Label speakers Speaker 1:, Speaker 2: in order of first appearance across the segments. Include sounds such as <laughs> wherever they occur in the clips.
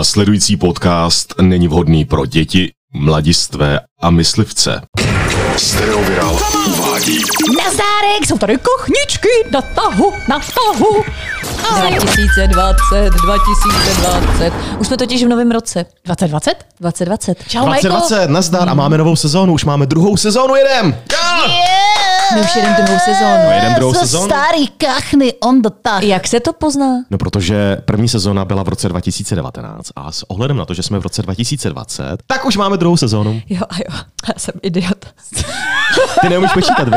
Speaker 1: Následující podcast není vhodný pro děti, mladistvé a myslivce.
Speaker 2: Stereoviral uvádí.
Speaker 3: Nazárek, jsou tady kuchničky na tahu, na tahu.
Speaker 4: 2020, 2020. Už jsme totiž v novém roce.
Speaker 3: 2020?
Speaker 4: 2020.
Speaker 3: Čau,
Speaker 5: 2020, nazdar a máme novou sezónu, už máme druhou sezónu, jedem!
Speaker 4: My už jedeme druhou sezónu.
Speaker 5: Jedem druhou
Speaker 3: Majko.
Speaker 5: sezónu?
Speaker 3: Starý kachny on the tah.
Speaker 4: Jak se to pozná?
Speaker 5: No protože první sezóna byla v roce 2019 a s ohledem na to, že jsme v roce 2020, tak už máme druhou sezónu.
Speaker 4: Jo,
Speaker 3: <laughs>
Speaker 4: a jo, já jsem idiot.
Speaker 5: Ty neumíš počítat, vy?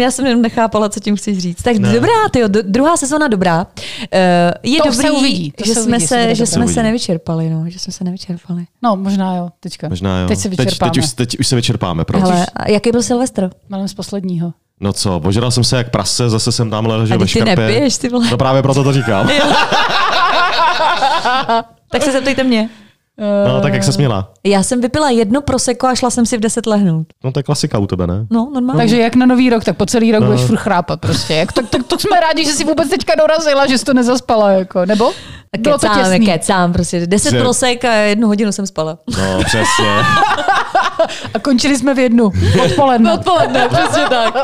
Speaker 5: <laughs>
Speaker 4: <laughs> Já jsem jenom nechápala, co tím chci říct. Tak ne. dobrá, tyjo, d- druhá sezóna dobrá. Eh, je
Speaker 3: To
Speaker 4: dobrý,
Speaker 3: se uvidí, to
Speaker 4: že,
Speaker 3: se
Speaker 4: jsme,
Speaker 3: uvidí, jestli bude
Speaker 4: se, že
Speaker 3: dobrá.
Speaker 4: jsme
Speaker 5: Se
Speaker 4: se
Speaker 5: uvidí.
Speaker 4: nevyčerpali, no, že jsme se nevyčerpali.
Speaker 3: No, možná jo, teďka.
Speaker 5: Možná jo.
Speaker 3: Teď se vyčerpáme.
Speaker 5: Teď, teď, už, teď už se vyčerpáme, proč?
Speaker 4: Hele, a jaký byl Silvestr?
Speaker 3: Máme z posledního.
Speaker 5: No co, božral jsem se jak prase, zase jsem tam ležel
Speaker 4: A
Speaker 5: ve
Speaker 4: teď ty
Speaker 5: škrpě.
Speaker 4: nepiješ, ty vole.
Speaker 5: No právě proto to říkám.
Speaker 4: <laughs> Tak se zeptejte mě.
Speaker 5: No tak jak se směla?
Speaker 4: Já jsem vypila jedno proseko a šla jsem si v 10 lehnout.
Speaker 5: No to je klasika u tebe,
Speaker 4: <laughs>
Speaker 5: ne?
Speaker 4: No, normálně.
Speaker 3: Takže jak na nový rok, tak po celý
Speaker 5: No.
Speaker 3: rok budeš furt chrápat prostě. Jak to, tak to jsme rádi, že si vůbec teďka dorazila, že jsi to nezaspala, jako. nebo? Bylo to
Speaker 4: Kecám,
Speaker 3: těsný.
Speaker 4: kecám, prostě 10
Speaker 5: Že-
Speaker 4: prosek a jednu hodinu jsem spala.
Speaker 5: No přesně.
Speaker 3: A končili jsme v jednu, <laughs> odpoledne.
Speaker 4: Odpoledne, přesně tak.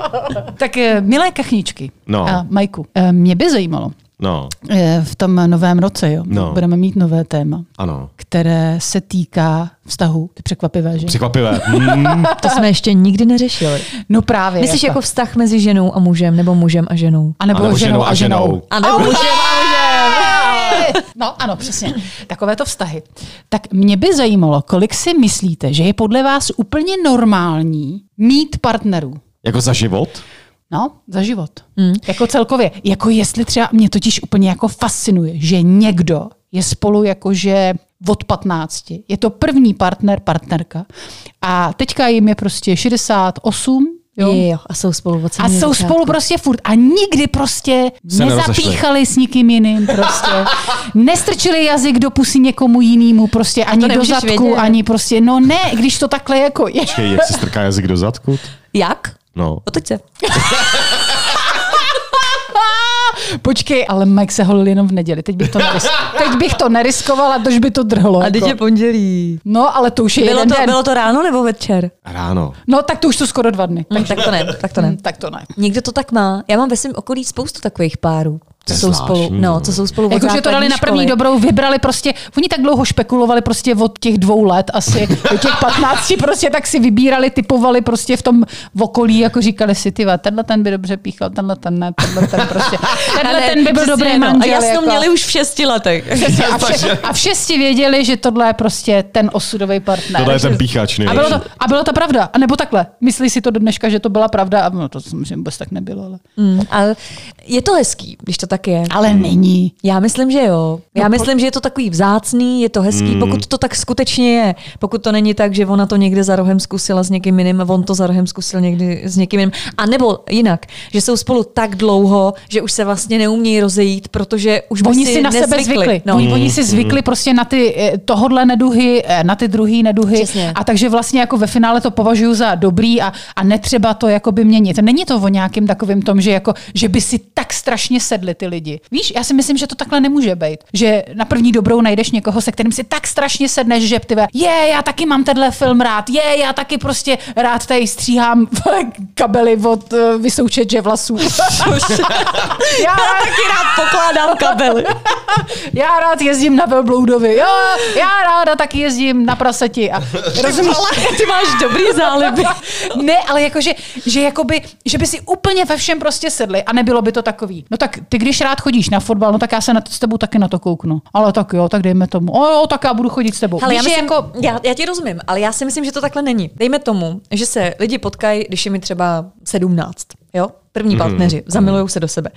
Speaker 3: tak eh, milé kachničky
Speaker 5: No.
Speaker 3: a Majku, eh, mě by zajímalo,
Speaker 5: No,
Speaker 3: eh, v tom novém roce, jo,
Speaker 5: No.
Speaker 3: budeme mít nové téma,
Speaker 5: ano.
Speaker 3: které se týká vztahu. Ty překvapivé, že?
Speaker 5: Překvapivé. Mm.
Speaker 4: To jsme ještě nikdy neřešili.
Speaker 3: No právě.
Speaker 4: Myslíš jako vztah mezi ženou a mužem, nebo mužem a ženou?
Speaker 3: A nebo, ženou a ženou.
Speaker 4: A nebo mužem a mužem.
Speaker 3: <laughs> No ano, přesně. Takovéto vztahy. Tak mě by zajímalo, kolik si myslíte, že je podle vás úplně normální mít partnerů?
Speaker 5: Jako za život?
Speaker 3: No, za život. Hmm. Jako celkově. Jako jestli třeba, mě totiž úplně jako fascinuje, že někdo je spolu jakože od 15. Je to první partner, partnerka. A teďka jim je prostě 68, jo?
Speaker 4: Jo, a jsou spolu od
Speaker 3: A
Speaker 4: samého
Speaker 3: jsou
Speaker 4: začátku.
Speaker 3: spolu prostě furt. A nikdy prostě
Speaker 5: Se nerozešli.
Speaker 3: nezapíchali s nikým jiným. Prostě. Nestrčili jazyk do pusy někomu jinému. Prostě ani do
Speaker 4: nemůžeš
Speaker 3: zadku,
Speaker 4: vědět.
Speaker 3: ani prostě. No ne, když to takhle jako je.
Speaker 5: Počkej, jak si strká jazyk do zadku?
Speaker 4: Jak?
Speaker 5: No.
Speaker 4: Otoč se.
Speaker 3: Počkej, ale Mike se holil jenom v neděli. Teď bych to, nerisk- teď bych to neriskovala, tož by to drhlo.
Speaker 4: A teď
Speaker 3: jako.
Speaker 4: je pondělí.
Speaker 3: No, ale to už je
Speaker 4: Bylo
Speaker 3: jeden
Speaker 4: to,
Speaker 3: den.
Speaker 4: bylo to ráno nebo večer?
Speaker 5: Ráno.
Speaker 3: No, tak to už to skoro dva dny.
Speaker 4: Hm, tak to ne, tak to ne.
Speaker 3: Hm, tak to ne.
Speaker 4: Někdo to tak má. Já mám ve svém okolí spoustu takových párů.
Speaker 5: To
Speaker 4: Co
Speaker 5: je
Speaker 4: jsou spolu,
Speaker 5: zvláštní,
Speaker 4: no,
Speaker 5: no.
Speaker 4: co jsou spolu od
Speaker 3: Jakože Jako, to dali
Speaker 4: základní
Speaker 3: na první
Speaker 4: školy.
Speaker 3: dobrou, vybrali prostě, oni tak dlouho špekulovali prostě od těch dvou let
Speaker 4: <laughs>
Speaker 3: asi, do těch patnácti prostě tak si vybírali, typovali prostě v tom okolí, jako říkali si, ty vole, tenhle ten by dobře píchal, tenhle ten ne, tenhle ten
Speaker 4: <laughs>
Speaker 3: prostě, tenhle
Speaker 4: Ale
Speaker 3: ten by byl
Speaker 4: přesně,
Speaker 3: dobrý
Speaker 4: no.
Speaker 3: manžel.
Speaker 4: A já jsem to
Speaker 3: jako.
Speaker 4: měli už v šesti letech.
Speaker 3: Přesně, <laughs>
Speaker 4: <laughs>
Speaker 3: a, vše, a všichni věděli, že tohle je prostě ten osudový partner.
Speaker 5: Tohle je ten
Speaker 3: Takže-
Speaker 5: píchač
Speaker 3: a
Speaker 5: nejlepší.
Speaker 3: bylo, to, a bylo to pravda. A nebo takhle. Myslí si to do dneška, že to byla pravda. A no, to samozřejmě vůbec tak nebylo. Ale,
Speaker 4: Hm, A je to hezký, když to tak je.
Speaker 3: ale není.
Speaker 4: Já myslím, že jo. Já no, myslím, že je to takový vzácný, je to hezký,
Speaker 3: Hmm.
Speaker 4: mm. pokud to tak skutečně je. Pokud to není tak, že ona to někde za rohem zkusila s někým jiným, on to za rohem zkusil někdy s někým jiným. A nebo jinak, že jsou spolu tak dlouho, že už se vlastně neumějí rozejít, protože už by
Speaker 3: Oni si na
Speaker 4: nezvykli.
Speaker 3: sebe zvykli. No.
Speaker 4: No.
Speaker 3: Oni, oni si zvykli prostě na ty eh, tohodle neduhy, eh, na ty druhý neduhy.
Speaker 4: Přesně.
Speaker 3: A takže vlastně jako ve finále to považuji za dobrý a, a netřeba to jakoby měnit. Není to o nějakým takovým tom, že, jako, že by si tak strašně sedli ty lidi. Víš, já si myslím, že to takhle nemůže být. Že na první dobrou najdeš někoho, se kterým si tak strašně sedneš, že ty ve, je, já taky mám tenhle film rád, je, já taky prostě rád tady stříhám <laughs> kabely od eh, vysoučeče
Speaker 4: <laughs>
Speaker 3: vlasů. já
Speaker 4: Taky rád pokládám <laughs> kabely.
Speaker 3: já rád jezdím na velbloudovi, jo, já ráda taky jezdím na praseti.
Speaker 4: <laughs>
Speaker 3: A rozumíš? <laughs>
Speaker 4: Ty máš dobrý záliby.
Speaker 3: Ne, ale jakože, že, jakoby, že by si úplně ve všem prostě sedli a nebylo by to takový. No tak ty, když rád chodíš na fotbal, no tak já se na to, s tebou taky na to kouknu. Ale tak jo, tak dejme tomu. O jo, tak já budu chodit s tebou.
Speaker 4: Hele, já,
Speaker 3: Víš, že
Speaker 4: myslím, jako... já, já ti rozumím, ale já si myslím, že to takhle není. Dejme tomu, že se lidi potkají, když je mi třeba 17, jo? První partneři, zamilují se do sebe.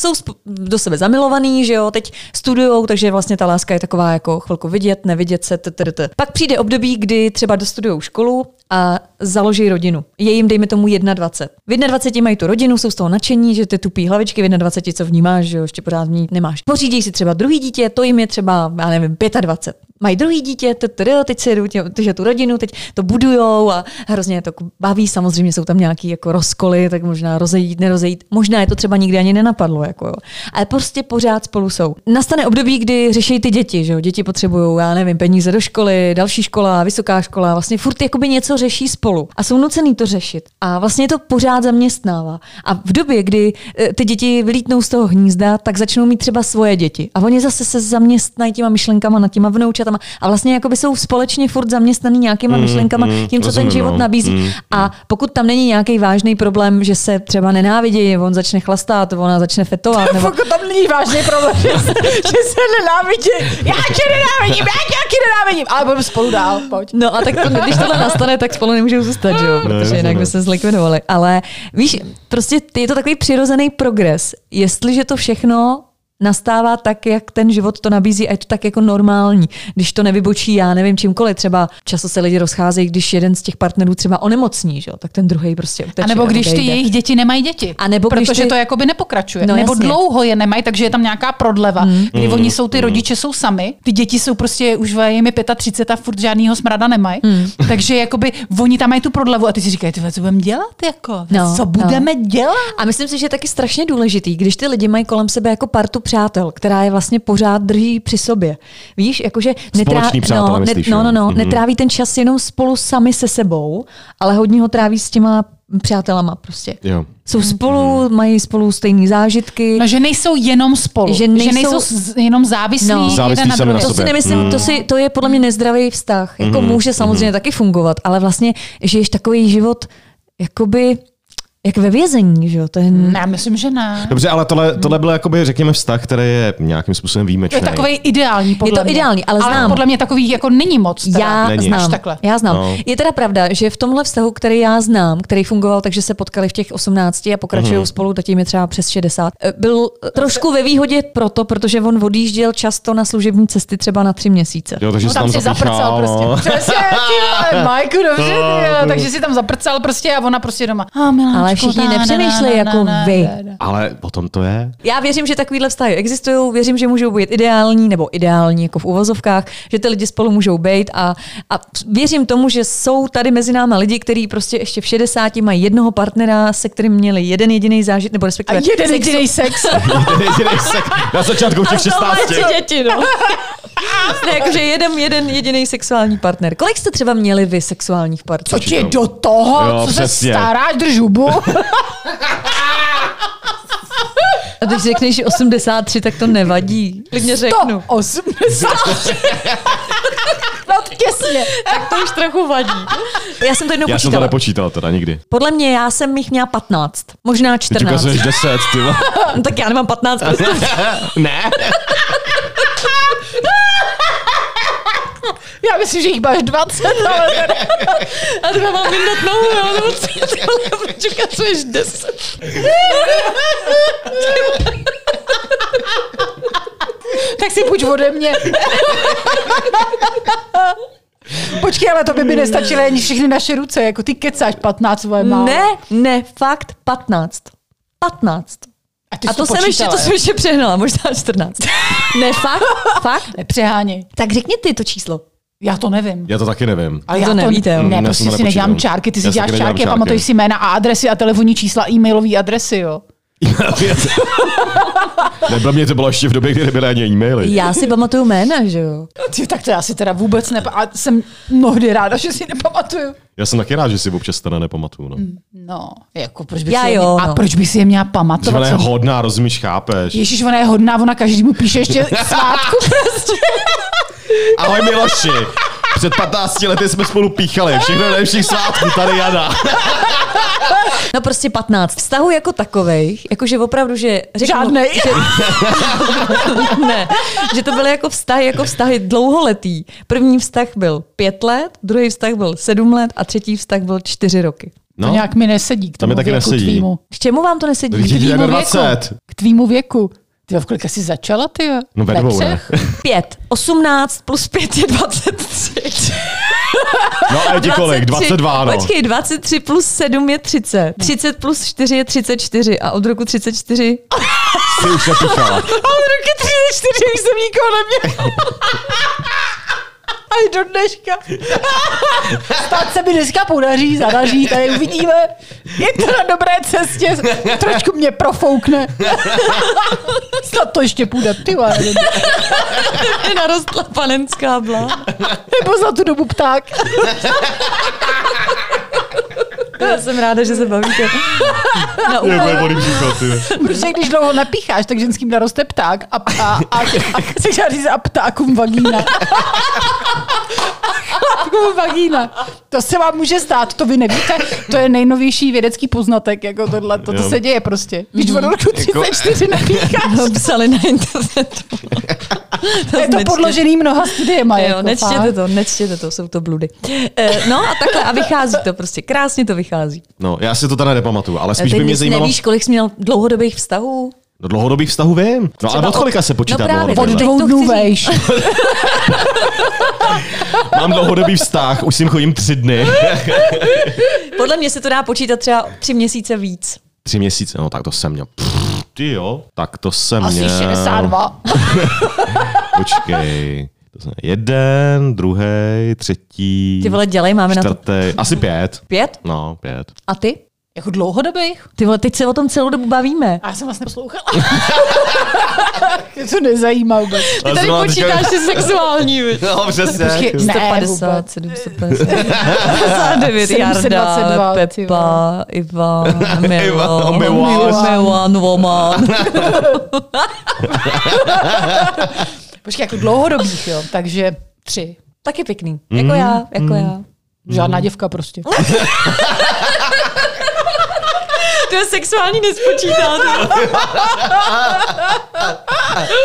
Speaker 4: Jsou sp- do sebe zamilovaný, že jo, teď studujou, takže vlastně ta láska je taková jako chvilku vidět, nevidět se, ttt. Pak přijde období, kdy třeba dostudují školu a založí rodinu. Je jim, dejme tomu, 21. V 21 mají tu rodinu, jsou z toho nadšení, že ty tupý hlavičky v 21, co vnímáš, že jo, ještě pořád v ní nemáš. Pořídí si třeba druhý dítě, to jim je třeba, já nevím, 25. mají druhý dítě, tr, teď si jedou tě, že tu rodinu, teď to budujou a hrozně je to jako baví. Samozřejmě jsou tam nějaký jako rozkoly, tak možná rozejít, nerozejít. Možná je to třeba nikdy ani nenapadlo. Jako jo. Ale prostě pořád spolu jsou. Nastane období, kdy řeší ty děti, že jo? Děti potřebují, já nevím, peníze do školy, další škola, vysoká škola, vlastně furt jakoby něco řeší spolu a jsou nucený to řešit. A vlastně to pořád zaměstnává. A v době, kdy eh, ty děti vylítnou z toho hnízda, tak začnou mít třeba svoje děti. A oni zase se zaměstnají těma myšlenkama nad těma vnoučatama a vlastně jakoby jsou společně furt zaměstnaný nějakýma myšlenkama,
Speaker 5: mm,
Speaker 4: tím, co ten
Speaker 5: rozumím,
Speaker 4: život
Speaker 5: no.
Speaker 4: nabízí.
Speaker 5: Mm,
Speaker 4: A pokud tam není nějaký vážný problém, že se třeba nenávidí, on začne chlastat, ona začne fetovat, nebo
Speaker 3: Pokud tam není vážný problém, že se, že se nenávidí. Já tě nenávidím, já tě taky nenávidím. Ale budeme spolu dál, pojď.
Speaker 4: No a tak to, když tohle nastane, tak spolu nemůžou zůstat, že jo? Protože
Speaker 5: jasně,
Speaker 4: jinak
Speaker 5: no.
Speaker 4: by se zlikvidovali. Ale víš, prostě je to takový přirozený progres. Jestliže to všechno nastává tak, jak ten život to nabízí a je to tak jako normální. Když to nevybočí, já nevím čímkoliv, třeba často se lidi rozcházejí, když jeden z těch partnerů třeba onemocní, že jo? tak ten druhý prostě uteče.
Speaker 3: A nebo když ty
Speaker 4: odejde.
Speaker 3: jejich děti nemají děti.
Speaker 4: A nebo když
Speaker 3: protože
Speaker 4: ty-
Speaker 3: to jakoby nepokračuje.
Speaker 4: No,
Speaker 3: No, nebo
Speaker 4: jasně. Hmm.
Speaker 3: jasně. dlouho je nemají, takže je tam nějaká prodleva, mm. kdy
Speaker 5: Hmm.
Speaker 3: oni jsou, ty rodiče jsou sami, ty děti jsou prostě už ve- je mi 35 a furt žádnýho smrada nemají.
Speaker 4: Hmm.
Speaker 3: Mm. <laughs> Takže jakoby oni tam mají tu prodlevu a ty si říkají, "Tyhle, co budeme dělat jako?
Speaker 4: No,
Speaker 3: No,
Speaker 4: no.
Speaker 3: co budeme no. dělat?
Speaker 4: A myslím si, že je taky strašně důležitý, když ty lidi mají kolem sebe jako partu přátel, která je vlastně pořád drží při sobě. Víš, jakože
Speaker 5: Společní přátelé,
Speaker 4: no,
Speaker 5: myslíš,
Speaker 4: no, no,
Speaker 5: jo?
Speaker 4: no,
Speaker 5: Mhm.
Speaker 4: netráví ten čas jenom spolu sami se sebou, ale hodně ho tráví s těma přátelama prostě.
Speaker 5: Jo.
Speaker 4: Jsou spolu,
Speaker 5: Mhm.
Speaker 4: mají spolu stejné zážitky.
Speaker 3: No, že nejsou jenom spolu,
Speaker 4: Že
Speaker 3: že
Speaker 4: nejsou-
Speaker 3: nejsou, že nejsou z- jenom závislí,
Speaker 4: No.
Speaker 3: no.
Speaker 5: Závislí
Speaker 3: jeden na
Speaker 5: sami na
Speaker 3: druhém.
Speaker 5: sobě.
Speaker 4: To si nemyslím, to, si,
Speaker 5: Mhm.
Speaker 4: to je podle mě nezdravý vztah. Jako může samozřejmě taky fungovat, ale vlastně žiješ takový život jakoby jak ve vězení, že jo? To je,
Speaker 3: Ne, Já myslím, že ne.
Speaker 5: Dobře, ale tohle, tohle byl jakoby, řekněme, vztah, který je nějakým způsobem výjimečný.
Speaker 3: To je takový ideální, podle mě.
Speaker 4: ideální, ale znám.
Speaker 3: podle mě takový jako není moc. Teda.
Speaker 4: Já
Speaker 5: Není.
Speaker 4: znám.
Speaker 3: Až takhle.
Speaker 4: Já znám. No.
Speaker 5: No.
Speaker 4: Je teda pravda, že v tomhle vztahu, který já znám, který fungoval, takže se potkali v těch 18 a pokračují mm. spolu, teď jim je třeba přes 60, eh, byl eh, trošku ve výhodě proto, protože on odjížděl často na služební cesty třeba na tři měsíce.
Speaker 5: Jo, takže
Speaker 3: No
Speaker 5: se tam
Speaker 3: tam, si
Speaker 5: zapíchal,
Speaker 3: zaprcal
Speaker 5: no.
Speaker 3: prostě. Přesně, ty vole, Majku, dobře, ty vole. Takže si tam zaprcal prostě a ona prostě doma. A miláčku,
Speaker 4: Ale všichni nepřemýšlej jako vy.
Speaker 5: Ale o tom to je. <laughs>
Speaker 4: Já věřím, že takovýhle vztahy existují, věřím, že můžou být ideální nebo ideální jako v uvozovkách, že ty lidi spolu můžou být a, a věřím tomu, že jsou tady mezi náma lidi, kteří prostě ještě v 60 mají jednoho partnera, se kterým měli jeden jediný zážitek, nebo
Speaker 3: A
Speaker 4: respektive
Speaker 3: jeden
Speaker 4: sexu-
Speaker 3: jediný sex.
Speaker 5: Jedinej sex Na začátku těch 16.
Speaker 3: <laughs>
Speaker 4: děti, no. ne, jakože Vlastně jako, jeden, jeden jediný sexuální partner. Kolik jste třeba měli vy sexuálních
Speaker 3: Co
Speaker 4: partnerů?
Speaker 3: ti je do toho,
Speaker 5: Jo,
Speaker 3: co
Speaker 5: přesně.
Speaker 3: se staráš,
Speaker 5: <laughs>
Speaker 3: drž hubu.
Speaker 4: A když řekneš 83, tak to nevadí. Klidně řeknu.
Speaker 3: 180.
Speaker 5: <laughs>
Speaker 3: no těsně.
Speaker 4: Tak to už trochu vadí. Já jsem to jednou
Speaker 5: Já jsem to
Speaker 4: počítala.
Speaker 5: nepočítal teda nikdy.
Speaker 4: Podle mě já jsem jich měla 15, možná
Speaker 5: Teď
Speaker 4: 14.
Speaker 5: ukazuješ 10, ty vole.
Speaker 4: No, tak já nemám 15, prostě.
Speaker 5: <laughs> Ne?
Speaker 3: Já myslím, že jich máš 20. Ale...
Speaker 4: A ty mám vyndat nohu, jo, nebo co ty vole, proč ukazuješ 10?
Speaker 3: tak si půjč ode mě. <laughs> Počkej, ale to by mi nestačily ani všechny naše ruce, jako ty kecáš 15 svoje málo.
Speaker 4: Ne, ne, fakt 15. 15.
Speaker 3: a, ty
Speaker 4: A
Speaker 3: jsi
Speaker 4: to jsem ještě, to
Speaker 3: počítala.
Speaker 4: jsem ještě přehnala, možná <laughs> 14. Ne, fakt, fakt.
Speaker 3: Nepřeháněj.
Speaker 4: Tak řekni ty to číslo.
Speaker 3: Já to nevím.
Speaker 5: Já to taky
Speaker 3: <laughs>
Speaker 5: nevím.
Speaker 3: Ale
Speaker 4: Vy to nevíte, jo?
Speaker 5: Já
Speaker 3: Ne,
Speaker 5: jsem
Speaker 3: prostě
Speaker 5: to
Speaker 3: si nedělám
Speaker 5: nepočítám.
Speaker 3: čárky, ty
Speaker 5: Já
Speaker 3: si
Speaker 5: si
Speaker 3: děláš
Speaker 5: taky nedělám
Speaker 3: čárky a
Speaker 5: čárky.
Speaker 3: pamatuješ si jména a adresy a telefonní čísla, e-mailové adresy, jo.
Speaker 5: Nebyl mě to bylo ještě v době, kdy nebyly ani e-maily.
Speaker 4: Já si pamatuju jména, že jo?
Speaker 3: No, Ty, tak to já si teda vůbec ne... A jsem mnohdy ráda, že si nepamatuju.
Speaker 5: Já jsem taky rád, že si občas teda nepamatuju. No.
Speaker 3: No, jako proč bych
Speaker 4: Já
Speaker 3: si je,
Speaker 4: jo,
Speaker 3: A
Speaker 4: no.
Speaker 3: proč bych si je měla
Speaker 5: Že ona
Speaker 3: pamatovat?
Speaker 5: je
Speaker 3: jsem-
Speaker 5: hodná, rozumíš, chápeš.
Speaker 3: Ježíš, ona je hodná, ona každému
Speaker 5: <laughs>
Speaker 3: píše ještě
Speaker 5: No.
Speaker 3: svátku prostě.
Speaker 5: Ahoj Miloši, před 15 lety jsme spolu píchali, všechno nejlepších svátků, tady Jana.
Speaker 4: No prostě 15. Vztahu jako takových, jakože opravdu, že řeknu,
Speaker 3: Žádnej.
Speaker 4: <laughs> Že, ne, že to byly jako vztahy, jako vztahy dlouholetý. První vztah byl pět let, druhý vztah byl sedm let a třetí vztah byl čtyři roky.
Speaker 3: No. To
Speaker 5: No,
Speaker 3: nějak mi nesedí k
Speaker 5: To
Speaker 3: tomu
Speaker 5: mi taky
Speaker 3: věku
Speaker 5: nesedí.
Speaker 3: tvýmu.
Speaker 4: K čemu vám to nesedí?
Speaker 5: Vidíte,
Speaker 3: K
Speaker 5: je
Speaker 3: tvýmu
Speaker 5: 20.
Speaker 3: věku. K tvýmu věku. Ty jo, v kolika jsi začala, ty jo?
Speaker 5: No ve
Speaker 3: Ve
Speaker 5: dvou, ne?
Speaker 3: třech?
Speaker 5: <laughs>
Speaker 4: Pět. Osmnáct plus pět je 23.
Speaker 5: No a je ti kolik? 22, no.
Speaker 4: Počkej, 23 plus 7 je 30. 30 plus 4 je 34 a od roku 34 <laughs>
Speaker 5: Ty už nepíchala.
Speaker 4: Od roky 34 už jsem nikoho neměla.
Speaker 3: až do dneška. Stát se mi dneska podaří, zadaří, tady uvidíme. Je to na dobré cestě, trošku mě profoukne. <laughs> Snad to ještě půjde, ty vole.
Speaker 4: Ty <laughs> narostla panenská blá.
Speaker 3: Nebo za tu dobu pták.
Speaker 4: Já jsem ráda, že se bavíte. Na
Speaker 5: Je
Speaker 4: úplně.
Speaker 5: úplně bodý příklad, ty.
Speaker 3: Protože když dlouho napícháš, tak ženským naroste pták a, a, a, a se chtěla říct a ptákům vagína. Chlapkům vagína. To se vám může stát, to vy nevíte. To je nejnovější vědecký poznatek, jako tohle, to, to
Speaker 5: Jo.
Speaker 3: se děje prostě. Když od roku 34 napícháš,
Speaker 4: To <laughs> psali na <laughs> internetu.
Speaker 3: je to
Speaker 4: nečtěte.
Speaker 3: podložený mnoha studiema.
Speaker 4: Jo,
Speaker 3: jako,
Speaker 4: nečtěte
Speaker 3: fakt.
Speaker 4: to, nečtěte to, jsou to bludy. Eh, No a takhle, a vychází to prostě, krásně to vychází.
Speaker 5: No, já si to teda nepamatuju, ale
Speaker 4: Spíš
Speaker 5: spíš
Speaker 4: Ty
Speaker 5: by mě
Speaker 4: nic
Speaker 5: zajímalo,
Speaker 4: nevíš, kolik jsi měl dlouhodobých vztahů?
Speaker 5: do dlouhodobých vztahů vím. No ale od kolika se počítá
Speaker 4: No
Speaker 3: Od
Speaker 4: právě,
Speaker 5: dlouhodobý?
Speaker 4: teď
Speaker 3: dvou
Speaker 4: to
Speaker 3: dnů
Speaker 4: chci říct.
Speaker 3: vejš.
Speaker 5: Mám dlouhodobý vztah, už s ním chodím tři
Speaker 4: <laughs>
Speaker 5: dny.
Speaker 4: Podle mě se to dá počítat třeba tři měsíce víc.
Speaker 5: tři měsíce, no tak to jsem měl. Pff, ty jo, tak to jsem
Speaker 3: Asi
Speaker 5: měl.
Speaker 3: 62.
Speaker 5: Počkej. To jsem, jeden, druhý, třetí,
Speaker 4: Ty vole, dělej, máme na to
Speaker 5: čtvrtý, asi pět.
Speaker 4: pět.
Speaker 5: No, pět.
Speaker 4: A ty?
Speaker 3: Jako dlouhodobých?
Speaker 4: Ty vole, teď se o tom celou dobu bavíme.
Speaker 3: A já jsem vás <laughs> neposlouchala. Mě to nezajímá vůbec.
Speaker 5: Ale
Speaker 4: Tady
Speaker 5: zrovna teďka-
Speaker 4: počítáš se sexuální,
Speaker 5: <laughs>
Speaker 4: viď?
Speaker 5: No, přesně.
Speaker 3: Počkej, ne,
Speaker 4: 150, <laughs> 759,
Speaker 3: 722,
Speaker 4: Jarda,
Speaker 3: ty
Speaker 4: Pepa, Iva, Milo,
Speaker 5: Ivan, Miloš.
Speaker 4: Milan, Woman.
Speaker 3: Počkej, jako dlouhodobých, jo. Takže tři.
Speaker 4: Taky pěkný. Jako já, jako já.
Speaker 3: Žádná děvka prostě.
Speaker 4: To je sexuální nespočítá.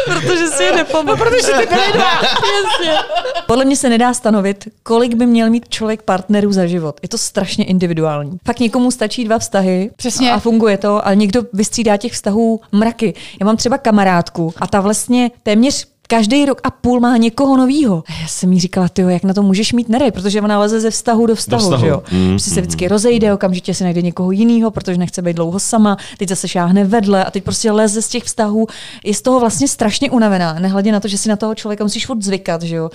Speaker 4: Protože si je nepamatuju. No, protože ty byly dva. Jasně. Podle mě se nedá stanovit, kolik by měl mít člověk partnerů za život. Je to strašně individuální. Fakt někomu stačí dva vztahy
Speaker 3: Přesně.
Speaker 4: a funguje to, ale někdo vystřídá těch vztahů mraky. Já mám třeba kamarádku a ta vlastně téměř Každý rok a půl má někoho novýho. A já jsem jí říkala, ty jak na to můžeš mít nerej, protože ona leze ze vztahu do vztahu,
Speaker 5: vztahu.
Speaker 4: Že jo? Mm, si se
Speaker 5: Mhm.
Speaker 4: vždycky rozejde, okamžitě si najde někoho jiného, protože nechce být dlouho sama, teď zase šáhne vedle a teď prostě leze z těch vztahů. Je z toho vlastně strašně unavená, nehledě na to, že si na toho člověka musíš furt zvykat, že jo.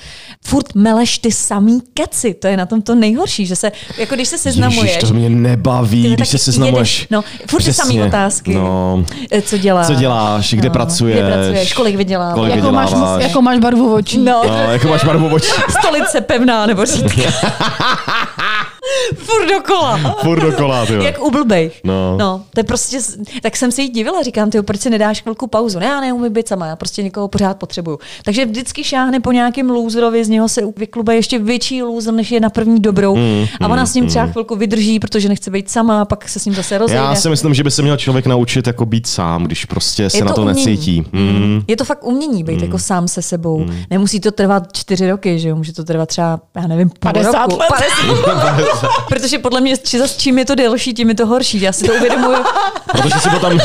Speaker 4: Furt meleš ty samý keci, to je na tom to nejhorší, že se, jako když se seznamuješ.
Speaker 5: Ježiš, to mě nebaví,
Speaker 4: Ty
Speaker 5: když se
Speaker 4: taky
Speaker 5: seznamuješ.
Speaker 4: jedeš- no, furt ty samý
Speaker 5: Přesně.
Speaker 4: otázky.
Speaker 5: No.
Speaker 4: Eh, Co děláš?
Speaker 5: Co děláš, kde pracuješ?
Speaker 4: Kde pracuješ, kolik vyděláváš?
Speaker 5: Kolik
Speaker 3: Jako máš,
Speaker 5: vyděláváš?
Speaker 3: jako máš barvu očí.
Speaker 4: No,
Speaker 5: No, jako máš barvu očí.
Speaker 4: stolice pevná, nebo
Speaker 5: <laughs>
Speaker 4: říká. furt dokola.
Speaker 5: Furt dokola, ty jo.
Speaker 4: Jak u blbejch.
Speaker 5: No.
Speaker 4: no. to je prostě, s- tak jsem se jí divila, říkám, ty proč si nedáš chvilku pauzu? Ne, já neumím být sama, já prostě někoho pořád potřebuju. Takže vždycky šáhne po nějakém lůzrovi, z něho se vyklube ještě větší lůzr, než je na první dobrou. Mm, a ona s ním třeba chvilku vydrží, protože nechce být sama, pak se s ním zase rozejde.
Speaker 5: Já si myslím, že by se měl člověk naučit jako být sám, když prostě se
Speaker 4: Je
Speaker 5: na to
Speaker 4: umění.
Speaker 5: necítí. Mm.
Speaker 4: Je to fakt umění být jako sám se sebou. Nemusí to trvat čtyři roky, že jo? Může to trvat třeba, já nevím, půl
Speaker 3: 50
Speaker 4: roku.
Speaker 3: let.
Speaker 5: <laughs>
Speaker 4: 50. Protože podle mě, či zas čím je to delší, tím je to horší. Já si to uvědomuju.
Speaker 5: Protože si
Speaker 4: <laughs>
Speaker 5: potom,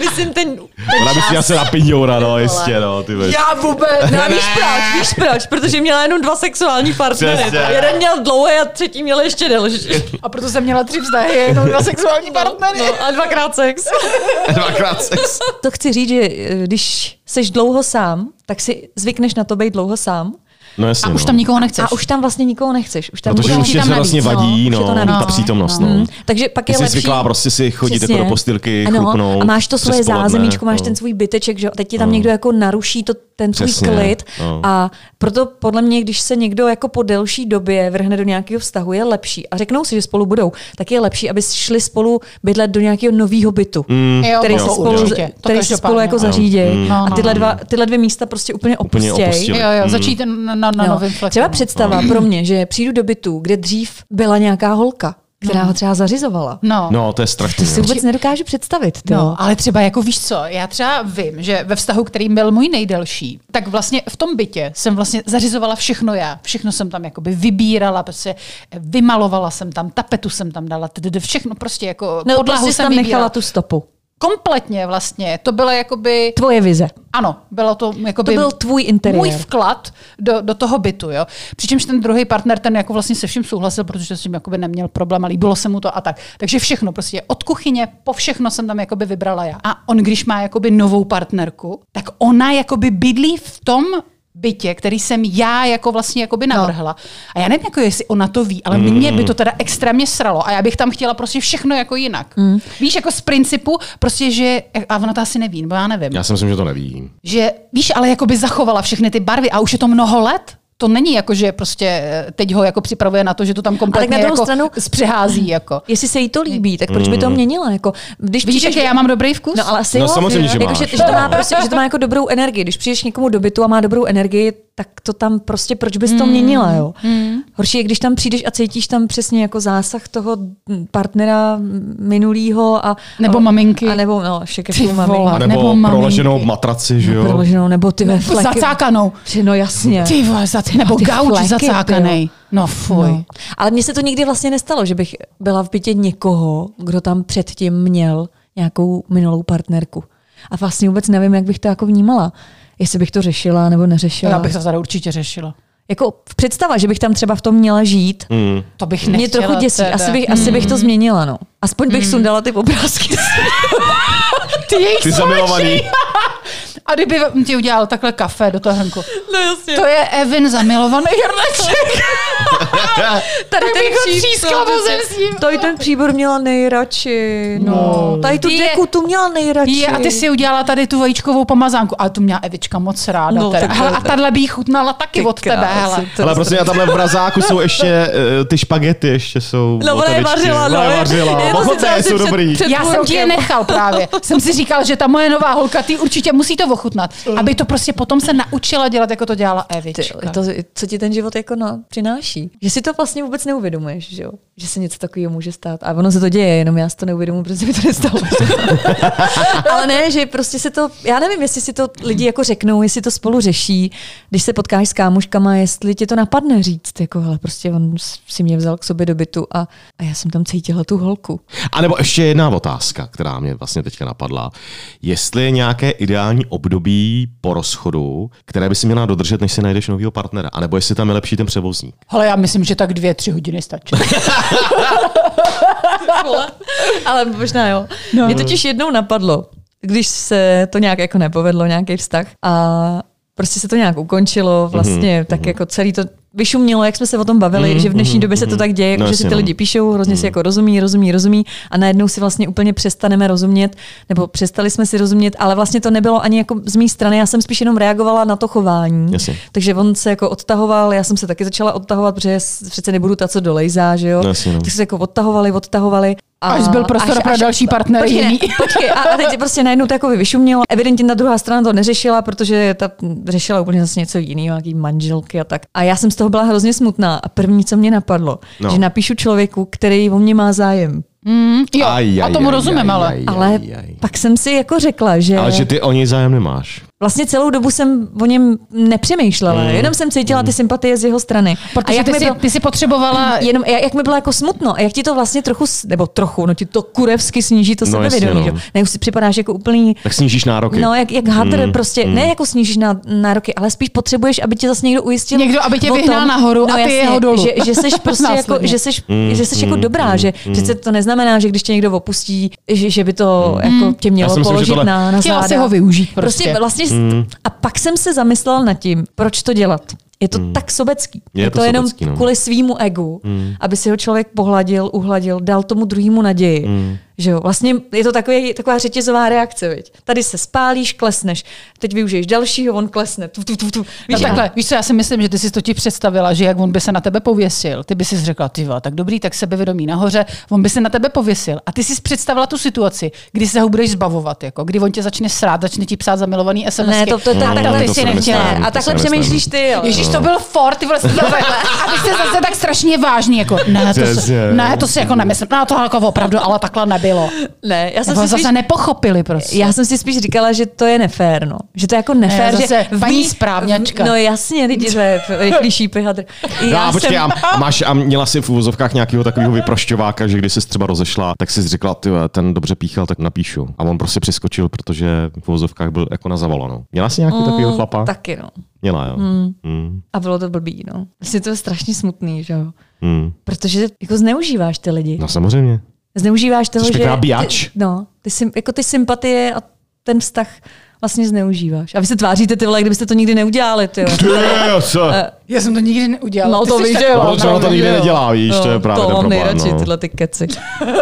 Speaker 4: Myslím, ten,
Speaker 5: ona by si asi napindoura, no, jistě, no, ty veš.
Speaker 3: Já vůbec.
Speaker 4: No a víš proč, víš proč, protože měla jenom dva sexuální partnery.
Speaker 5: Přesně.
Speaker 4: Jeden měl dlouhé a třetí měl ještě delší.
Speaker 3: A proto jsem měla tři vztahy, jenom dva sexuální partnery.
Speaker 4: No, a dvakrát sex.
Speaker 5: <laughs> Dvakrát sex.
Speaker 4: <laughs> To chci říct, že eh, když seš dlouho sám, tak si zvykneš na to být dlouho sám.
Speaker 5: No jasně,
Speaker 3: A už
Speaker 5: no.
Speaker 3: tam nikoho nechceš.
Speaker 4: A už tam vlastně nikoho nechceš. Už tam
Speaker 5: Protože
Speaker 3: Budou
Speaker 5: už
Speaker 3: ti
Speaker 5: tě
Speaker 3: tam
Speaker 5: se
Speaker 3: navíc,
Speaker 5: vlastně
Speaker 3: no.
Speaker 5: vadí,
Speaker 4: Už je
Speaker 5: no,
Speaker 4: to navíc,
Speaker 5: ta
Speaker 4: no.
Speaker 5: přítomnost,
Speaker 4: Mm.
Speaker 5: no.
Speaker 4: Takže pak
Speaker 5: Ty
Speaker 4: je
Speaker 5: jsi
Speaker 4: lepší...
Speaker 5: zvyklá prostě si chodit
Speaker 4: Přesně.
Speaker 5: jako do postýlky,
Speaker 4: ano,
Speaker 5: chlupnout,
Speaker 4: A máš to
Speaker 5: přes
Speaker 4: svoje
Speaker 5: poledne,
Speaker 4: zázemíčko, máš
Speaker 5: no.
Speaker 4: ten svůj byteček, že jo? A Teď ti tam někdo jako naruší to, ten tvůj
Speaker 5: Přesně,
Speaker 4: klid.
Speaker 5: no.
Speaker 4: A proto podle mě, když se někdo jako po delší době vrhne do nějakého vztahu, je lepší. A řeknou si, že spolu budou, tak je lepší, aby šli spolu bydlet do nějakého nového bytu.
Speaker 5: Mm, no,
Speaker 3: jo,
Speaker 4: který
Speaker 3: to
Speaker 4: se
Speaker 3: jo,
Speaker 4: spolu,
Speaker 3: určitě. To
Speaker 4: který se spolu
Speaker 3: každopádně,
Speaker 4: jako
Speaker 3: no.
Speaker 4: zařídějí.
Speaker 3: No,
Speaker 4: A
Speaker 3: no.
Speaker 4: tyhle, dva, tyhle dvě místa prostě úplně
Speaker 5: Úplně
Speaker 4: opustějí.
Speaker 5: opustili. No.
Speaker 3: Jo, jo, začít na, na, na
Speaker 4: No.
Speaker 3: novém fleku.
Speaker 4: Třeba představa pro mě, že přijdu do bytu, kde dřív byla nějaká holka, která ho třeba zařizovala.
Speaker 3: No.
Speaker 5: No, to je strašný.
Speaker 4: To si
Speaker 5: no.
Speaker 4: vůbec nedokážu představit. ty jo.
Speaker 3: No, ale třeba jako víš co, já třeba vím, že ve vztahu, kterým byl můj nejdelší, tak vlastně v tom bytě jsem vlastně zařizovala všechno já. Všechno jsem tam jakoby vybírala, prostě vymalovala jsem tam, tapetu jsem tam dala, tdd, všechno prostě jako
Speaker 4: No,
Speaker 3: podlahu
Speaker 4: prostě jsi
Speaker 3: jsem
Speaker 4: tam
Speaker 3: vybírala.
Speaker 4: nechala tu stopu.
Speaker 3: kompletně vlastně. To byla jakoby...
Speaker 4: Tvoje vize.
Speaker 3: Ano, bylo to
Speaker 4: To
Speaker 3: jakoby...
Speaker 4: byl tvůj interiér.
Speaker 3: můj vklad do, do toho bytu, jo. Přičemž ten druhý partner, ten jako vlastně se vším souhlasil, protože s tím jakoby neměl problém a líbilo se mu to a tak. Takže všechno prostě od kuchyně po všechno jsem tam jakoby vybrala já. A on, když má jakoby novou partnerku, tak ona jakoby bydlí v tom bytě, který jsem já jako vlastně jakoby
Speaker 4: No.
Speaker 3: navrhla. A já nevím, jako jestli ona to ví, ale mě by to teda extrémně sralo a já bych tam chtěla prostě všechno jako jinak.
Speaker 4: Mm.
Speaker 3: Víš, jako z principu prostě, že, a ona to asi neví, nebo já nevím
Speaker 5: Já si myslím, že to neví.
Speaker 3: že víš, ale jako by zachovala všechny ty barvy a už je to mnoho let. To není jako, že prostě eh, teď ho jako připravuje na to, že to tam kompletně
Speaker 4: druhou
Speaker 3: jako
Speaker 4: stranu-
Speaker 3: zpřehází. Jako.
Speaker 4: Jestli se jí to líbí, tak proč by to měnila? Jako, když
Speaker 3: Vidíš,
Speaker 4: přijdeš-
Speaker 3: jak já mám No. dobrý vkus?
Speaker 4: No ale asi
Speaker 5: Mm-hmm. No
Speaker 4: jo.
Speaker 5: samozřejmě, že
Speaker 4: jako,
Speaker 5: máš.
Speaker 4: Že, že, to má prostě, že to má jako dobrou energii. Když přijdeš někomu do bytu a má dobrou energii, tak to tam prostě, proč bys
Speaker 3: Mm.
Speaker 4: to měnila, jo? Horší je, když tam přijdeš a cítíš tam přesně jako zásah toho partnera minulýho a...
Speaker 3: Nebo
Speaker 4: a,
Speaker 3: maminky.
Speaker 4: A nebo, no, ještě
Speaker 3: Ty
Speaker 4: každou
Speaker 3: vole.
Speaker 4: maminku.
Speaker 5: A nebo,
Speaker 3: nebo
Speaker 5: proleženou
Speaker 3: maminky.
Speaker 5: matraci, že jo?
Speaker 4: No, Proloženou, nebo ty ve fleky.
Speaker 3: No, Zacákanou.
Speaker 4: Při- No jasně.
Speaker 3: Ty vole, zac- nebo
Speaker 4: ty
Speaker 3: gauč
Speaker 4: fleky,
Speaker 3: zacákanej.
Speaker 4: ty
Speaker 3: No fuj.
Speaker 4: No. Ale mně se to nikdy vlastně nestalo, že bych byla v bytě někoho, kdo tam předtím měl nějakou minulou partnerku. A vlastně vůbec nevím, jak bych to jako vnímala. Jestli bych to řešila nebo neřešila.
Speaker 3: Já bych to tady určitě řešila.
Speaker 4: Jako v představa, že bych tam třeba v tom měla žít, mm.
Speaker 3: To bych nechtěla.
Speaker 4: mě trochu děsí.
Speaker 3: teda. Mm.
Speaker 4: Asi bych, asi bych to změnila, no. Aspoň bych sundala
Speaker 3: <laughs>
Speaker 4: ty obrázky.
Speaker 3: Ty jejich
Speaker 5: Ty
Speaker 3: společný.
Speaker 5: zamilovaný.
Speaker 3: A kdyby ti udělal takhle kafe do toho hrnku.
Speaker 4: no jasně.
Speaker 3: To je Evin zamilovaný hrneček.
Speaker 4: tady
Speaker 3: tak bych ho třískla vozem s ním.
Speaker 4: Tady ten příbor měla nejradši. No. Tady tu
Speaker 3: Ty je-
Speaker 4: deku tu měla nejradši.
Speaker 3: Je, a ty si udělala tady tu vajíčkovou pomazánku. Ale tu měla Evička moc ráda.
Speaker 4: No,
Speaker 3: No, teda.
Speaker 4: tak
Speaker 3: Hele,
Speaker 4: to-
Speaker 3: a tahle by jí chutnala taky
Speaker 4: Ty
Speaker 3: od tebe.
Speaker 4: krásy,
Speaker 3: Hele.
Speaker 4: to
Speaker 5: Ale prostě já tamhle v Brazáku jsou ještě uh, ty špagety, ještě jsou.
Speaker 4: No, ona je
Speaker 5: hotovičky.
Speaker 4: vařila, no.
Speaker 5: Ona je vařila.
Speaker 4: Je to
Speaker 5: Ochotné
Speaker 4: sice
Speaker 5: jsou
Speaker 4: asi
Speaker 5: dobrý.
Speaker 4: před-
Speaker 3: Já
Speaker 4: půl
Speaker 3: jsem ti je
Speaker 4: rokem.
Speaker 3: nechal právě. Jsem si říkal, že ta moje nová holka, ty určitě musí to ochutnat. Aby to prostě potom se naučila dělat, jako to dělala
Speaker 4: Mm. Ty,
Speaker 3: Evička.
Speaker 4: to, co ti ten život jako na, přináší. Že si to vlastně vůbec neuvědomuješ, že jo? Že se něco takového může stát. A ono se to děje, jenom já si to neuvědomuji, protože mi to nestalo. Ale ne, že prostě se to, já nevím, jestli si to lidi jako řeknou, jestli to spolu řeší, když se potkáš s kámoškama, jestli tě to napadne říct, jako hele, prostě on si mě vzal k sobě do bytu a, a já jsem tam cítila tu holku.
Speaker 5: A nebo ještě jedna otázka, která mě vlastně teďka napadla. Jestli je nějaké ideální období po rozchodu, které by si měla dodržet, než si najdeš nového partnera, anebo jestli tam je lepší ten převozník.
Speaker 3: Hele, já myslím, že tak dvě, tři hodiny
Speaker 4: <laughs>
Speaker 3: stačí.
Speaker 4: Ale možná jo. No. Mě totiž jednou napadlo, když se to nějak jako nepovedlo, nějaký vztah a prostě se to nějak
Speaker 5: Mhm,
Speaker 4: ukončilo, vlastně mm-hmm. tak jako celý to vyšumělo, jak jsme se o tom bavili, mm-hmm. že v dnešní době se to tak děje,
Speaker 5: Mhm, No
Speaker 4: jako, že si
Speaker 5: jasně,
Speaker 4: ty
Speaker 5: no.
Speaker 4: lidi píšou, hrozně si jako rozumí, rozumí, rozumí a najednou si vlastně úplně přestaneme rozumět, nebo přestali jsme si rozumět, ale vlastně to nebylo ani jako z mé strany, já jsem spíš jenom reagovala na to chování.
Speaker 5: Jasně.
Speaker 4: Takže on se jako odtahoval, já jsem se taky začala odtahovat, protože s- přece nebudu ta, co dolejzá, že jo.
Speaker 5: No jasně, no.
Speaker 4: Tak se jako odtahovali, odtahovali. A
Speaker 3: Až byl prostor pro další partnery
Speaker 4: počkej,
Speaker 3: jiný.
Speaker 4: Počkej, a, a teď prostě najednou to jako by vyšumělo. Evidentně ta druhá strana to neřešila, protože ta řešila úplně zase něco jiného, nějaký manželky a tak. A já jsem z toho byla hrozně smutná. A první, co mě napadlo,
Speaker 5: No.
Speaker 4: no. že napíšu člověku, který o mě má zájem.
Speaker 3: Mm, Jo, a tomu rozumím, ale.
Speaker 4: Ale pak jsem si jako řekla, že,
Speaker 5: Ale že ty o něj zájem nemáš.
Speaker 4: vlastně celou dobu jsem o něm nepřemýšlela, mm. jenom jsem cítila ty sympatie z jeho strany. a
Speaker 3: Protože
Speaker 4: jak
Speaker 3: ty
Speaker 4: mi
Speaker 3: jsi,
Speaker 4: bylo-
Speaker 3: ty jsi potřebovala
Speaker 4: jenom jak jak mi bylo jako smutno a jak ti to vlastně trochu, s- nebo trochu, no ti to kurevsky sníží to
Speaker 5: No
Speaker 4: sebevědomí,
Speaker 5: jasně,
Speaker 4: no.
Speaker 5: no.
Speaker 4: ne, už si připadáš jako úplný,
Speaker 5: Tak snížíš nároky.
Speaker 4: no jak, jak hadr mm, prostě, mm. ne jako snížíš ná, nároky, ale spíš potřebuješ, aby tě zase někdo ujistil.
Speaker 3: Někdo, aby tě
Speaker 4: o No,
Speaker 3: vyhnal nahoru a ty jeho dolů.
Speaker 4: Že,
Speaker 3: <laughs>
Speaker 4: že seš prostě jako,
Speaker 3: Následně.
Speaker 4: že seš,
Speaker 5: Mm,
Speaker 4: že seš jako dobrá, že přece to neznamená, že když tě někdo opustí, že, že by to jako tě mělo
Speaker 5: Mm. si myslím, že
Speaker 4: položit
Speaker 5: tohle-
Speaker 4: na, na
Speaker 3: Mm. Chtěla
Speaker 4: záda.
Speaker 3: si ho využít prostě.
Speaker 4: vlastně, mm. A pak jsem se zamyslela nad tím, proč to dělat. Je to mm. tak sobecký.
Speaker 5: Je to
Speaker 4: jenom
Speaker 5: sobecký, no.
Speaker 4: kvůli svýmu egu, mm. aby si ho člověk pohladil, uhladil, dal tomu druhému naději. Mm. Že jo? Vlastně je to takový, taková řetězová reakce. Viď? Tady se spálíš, klesneš, teď využiješ dalšího, on klesne. Tu, tu, tu, tu.
Speaker 3: No
Speaker 4: Víš,
Speaker 3: takhle, víš co, já si myslím, že ty jsi to ti představila, že jak on by se na tebe pověsil, ty by si řekla, ty vole, tak dobrý, tak sebevědomí nahoře, on by se na tebe pověsil. A ty jsi představila tu situaci, kdy se ho budeš zbavovat, jako, kdy on tě začne srát, začne ti psát zamilovaný SMS.
Speaker 4: Ne, to, to, to,
Speaker 3: a
Speaker 4: tak- takhle
Speaker 5: No,
Speaker 3: ty
Speaker 5: to
Speaker 3: si
Speaker 5: si nemyslím.
Speaker 3: nechtěla.
Speaker 4: A
Speaker 5: to si
Speaker 4: takhle
Speaker 5: nemyslím.
Speaker 4: přemýšlíš ty. Jo.
Speaker 3: Ježíš, to byl Ford, ty vole, jsi to
Speaker 4: <laughs>
Speaker 3: takhle. a vy jste zase tak strašně vážný, jako, ne, to, se,
Speaker 5: Přesně.
Speaker 3: ne, to si jako nemyslím, no to jako opravdu, ale takhle bylo.
Speaker 4: Ne, já jsem
Speaker 3: Nebo
Speaker 4: si
Speaker 3: zase
Speaker 4: spíš,
Speaker 3: nepochopili prostě.
Speaker 4: já jsem si spíš říkala, že to je nefér, no. Že to je jako
Speaker 3: Ne,
Speaker 4: nefér,
Speaker 3: zase
Speaker 4: že... v
Speaker 3: paní
Speaker 4: mý-
Speaker 3: správňačka.
Speaker 4: v- No jasně, lidi, to je rychlý šípy. hadr.
Speaker 5: Já
Speaker 4: I já
Speaker 5: a No, počkej,
Speaker 4: jsem-
Speaker 5: jsem... a, máš, a měla si v úvozovkách nějakého takového vyprošťováka, že když jsi třeba rozešla, tak jsi řekla, ty vole, ten dobře píchal, tak napíšu. A on prostě přeskočil, protože v úvozovkách byl jako na zavolanou. Měla jsi nějaký mm, takového chlapa?
Speaker 4: Taky, no.
Speaker 5: Měla, jo. Mm. Mm.
Speaker 4: A bylo to blbý, no. Vlastně to je strašně smutný, že jo.
Speaker 5: Mm.
Speaker 4: Protože jako zneužíváš ty lidi.
Speaker 5: No samozřejmě.
Speaker 4: Zneužíváš toho,
Speaker 5: Jsi
Speaker 4: že...
Speaker 5: pěkná bijač.
Speaker 4: Ty, no, ty, sym- jako ty sympatie a ten vztah vlastně zneužíváš. A vy se tváříte ty vole, kdybyste to nikdy neudělali, ty jo.
Speaker 5: co?
Speaker 4: Eh,
Speaker 3: já jsem to nikdy neudělala.
Speaker 4: No
Speaker 3: Ty
Speaker 4: to
Speaker 3: jsi
Speaker 4: víš,
Speaker 3: tak-
Speaker 4: že jo.
Speaker 5: Proč ono to nikdy nedělá, <laughs> víš,
Speaker 4: No,
Speaker 5: to je právě
Speaker 4: to
Speaker 5: ten
Speaker 4: mám
Speaker 5: problém.
Speaker 4: nejradši,
Speaker 5: No.
Speaker 4: tyhle ty keci. <laughs>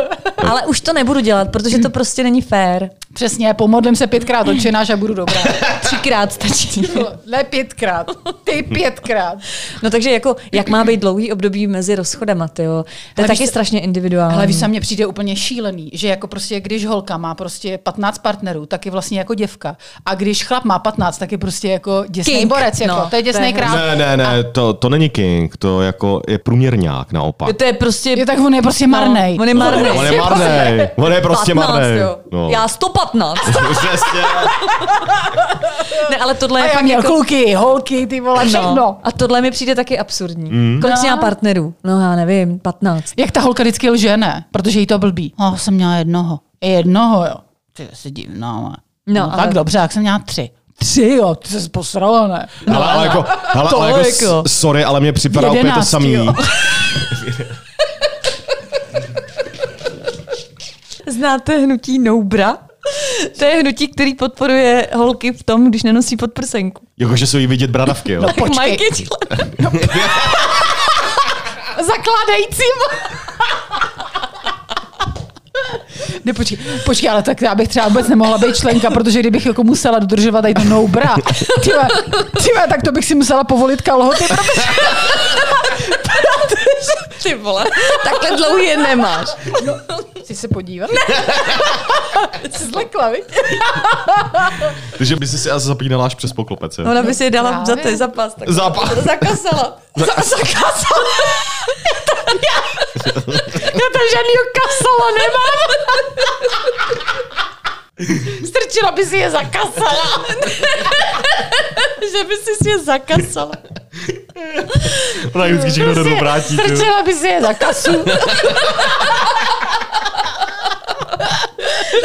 Speaker 4: Ale už to nebudu dělat, protože to prostě není fér.
Speaker 3: Přesně, pomodlím se pětkrát očenáš a budu dobrá. <laughs>
Speaker 4: Třikrát stačí.
Speaker 3: Ne pětkrát, ty pětkrát.
Speaker 4: No takže jako, jak má být dlouhý období mezi rozchodama, ty jo. To
Speaker 3: Ale
Speaker 4: je
Speaker 3: víš
Speaker 4: taky
Speaker 3: co-
Speaker 4: strašně individuální.
Speaker 3: Ale víš, se mně přijde úplně šílený, že jako prostě, když holka má prostě 15 partnerů, tak je vlastně jako děvka. A když chlap má 15, tak je prostě jako děsný
Speaker 4: King.
Speaker 3: borec, jako,
Speaker 4: No,
Speaker 3: to je
Speaker 4: to
Speaker 3: děsný
Speaker 4: je
Speaker 3: král.
Speaker 5: Ne, ne, ne, to, to není king, to jako je průměrňák naopak.
Speaker 4: to je prostě...
Speaker 3: Je, tak on je prostě
Speaker 4: no,
Speaker 3: marnej.
Speaker 4: On je marnej.
Speaker 5: On je
Speaker 4: <laughs>
Speaker 5: marnej, on je prostě
Speaker 4: 15,
Speaker 5: marnej.
Speaker 4: jo.
Speaker 5: No.
Speaker 4: Já 115.
Speaker 3: <laughs>
Speaker 5: Přesně.
Speaker 4: Ne, ale tohle
Speaker 3: A
Speaker 4: je
Speaker 3: já
Speaker 4: fakt
Speaker 3: měl
Speaker 4: jako...
Speaker 3: kluky, holky, ty vole, všechno.
Speaker 4: No. A tohle mi přijde taky absurdní. Mm. Kolik jsi
Speaker 3: No.
Speaker 4: měla partnerů? No já nevím, 15.
Speaker 3: Jak ta holka vždycky lže, ne? Protože jí to blbí. A oh, jsem měla jednoho. Jednoho, jo. Ty jsi divná, ne?
Speaker 4: No,
Speaker 3: No, no
Speaker 4: ale-
Speaker 3: tak dobře, jak jsem měla tři. Tři, jo, ty se posrala, ne? No,
Speaker 5: Ale, ale
Speaker 3: <laughs>
Speaker 5: jako, hele, ale jako, s- sorry, ale mě připadá úplně to
Speaker 3: Jedenáct,
Speaker 5: samý.
Speaker 3: jo.
Speaker 4: Znáte hnutí Noubra? To je hnutí, který podporuje holky v tom, když nenosí podprsenku.
Speaker 5: Jakože jako, jsou jí vidět bradavky,
Speaker 4: No.
Speaker 5: jo.
Speaker 3: Počkej.
Speaker 4: Mike je člen.
Speaker 3: zakladajícím. Ne, počkej, počkej, ale tak já bych třeba vůbec nemohla být členka, protože kdybych jako musela dodržovat tady to no bra, tyhle, tyhle, tak to bych si musela povolit kalhoty.
Speaker 4: <laughs> Ty vole, takhle dlouhý je nemáš.
Speaker 3: Chci No, se podívat? Jsi zlekla, viď?
Speaker 5: Takže by si si asi zapínala až přes poklopec, jo.
Speaker 4: Ona by si je dala za,
Speaker 3: Právě.
Speaker 4: ty, za pas. Tak
Speaker 5: Za pas.
Speaker 4: Zakasala. Za, zakasala.
Speaker 3: Já tam žádnýho kasola nemám. Strčila by si je za kasala.
Speaker 4: že by si je zakasala.
Speaker 5: Ona vždycky všechno do vrátí, ty jo.
Speaker 3: Strčila by si je za kasu.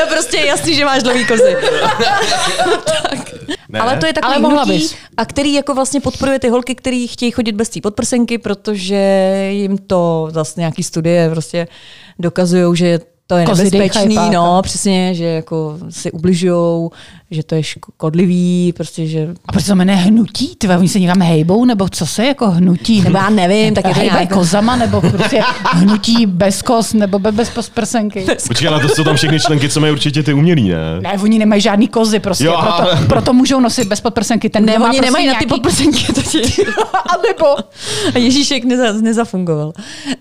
Speaker 4: To prostě je jasný, že máš dlouhý kozy.
Speaker 5: Ne?
Speaker 4: Ale to je takový
Speaker 3: Ale mohla
Speaker 4: hnutí,
Speaker 3: bys.
Speaker 4: a který jako vlastně podporuje ty holky, které chtějí chodit bez té podprsenky, protože jim to vlastně nějaký studie prostě dokazují, že to je
Speaker 3: Kozy dejchají
Speaker 4: nebezpečný,
Speaker 3: páka.
Speaker 4: no přesně, že jako si ubližujou, že to je škodlivý, prostě, že
Speaker 3: A proč se to jmenuje hnutí? Ty vole, oni se někam hejbou, nebo co se jako hnutí? Nebo
Speaker 4: já nevím, tak je to
Speaker 3: hejbe
Speaker 4: nějak-
Speaker 3: kozama, nebo prostě hnutí bez kos, nebo be- bez prsenky.
Speaker 5: Počkej, ale to jsou tam všechny členky, co mají určitě ty umělý, ne?
Speaker 3: Ne, oni nemají žádný kozy prostě,
Speaker 5: Jo,
Speaker 3: jo, proto,
Speaker 5: ale-
Speaker 3: proto, můžou nosit bez podprsenky. Ten,
Speaker 4: ne,
Speaker 3: kdo má
Speaker 4: oni
Speaker 3: prostě
Speaker 4: nemají na ty
Speaker 3: nějaký-
Speaker 4: podprsenky, to ti...
Speaker 3: <laughs> A nebo
Speaker 4: A Ježíšek neza, nezafungoval. Uh,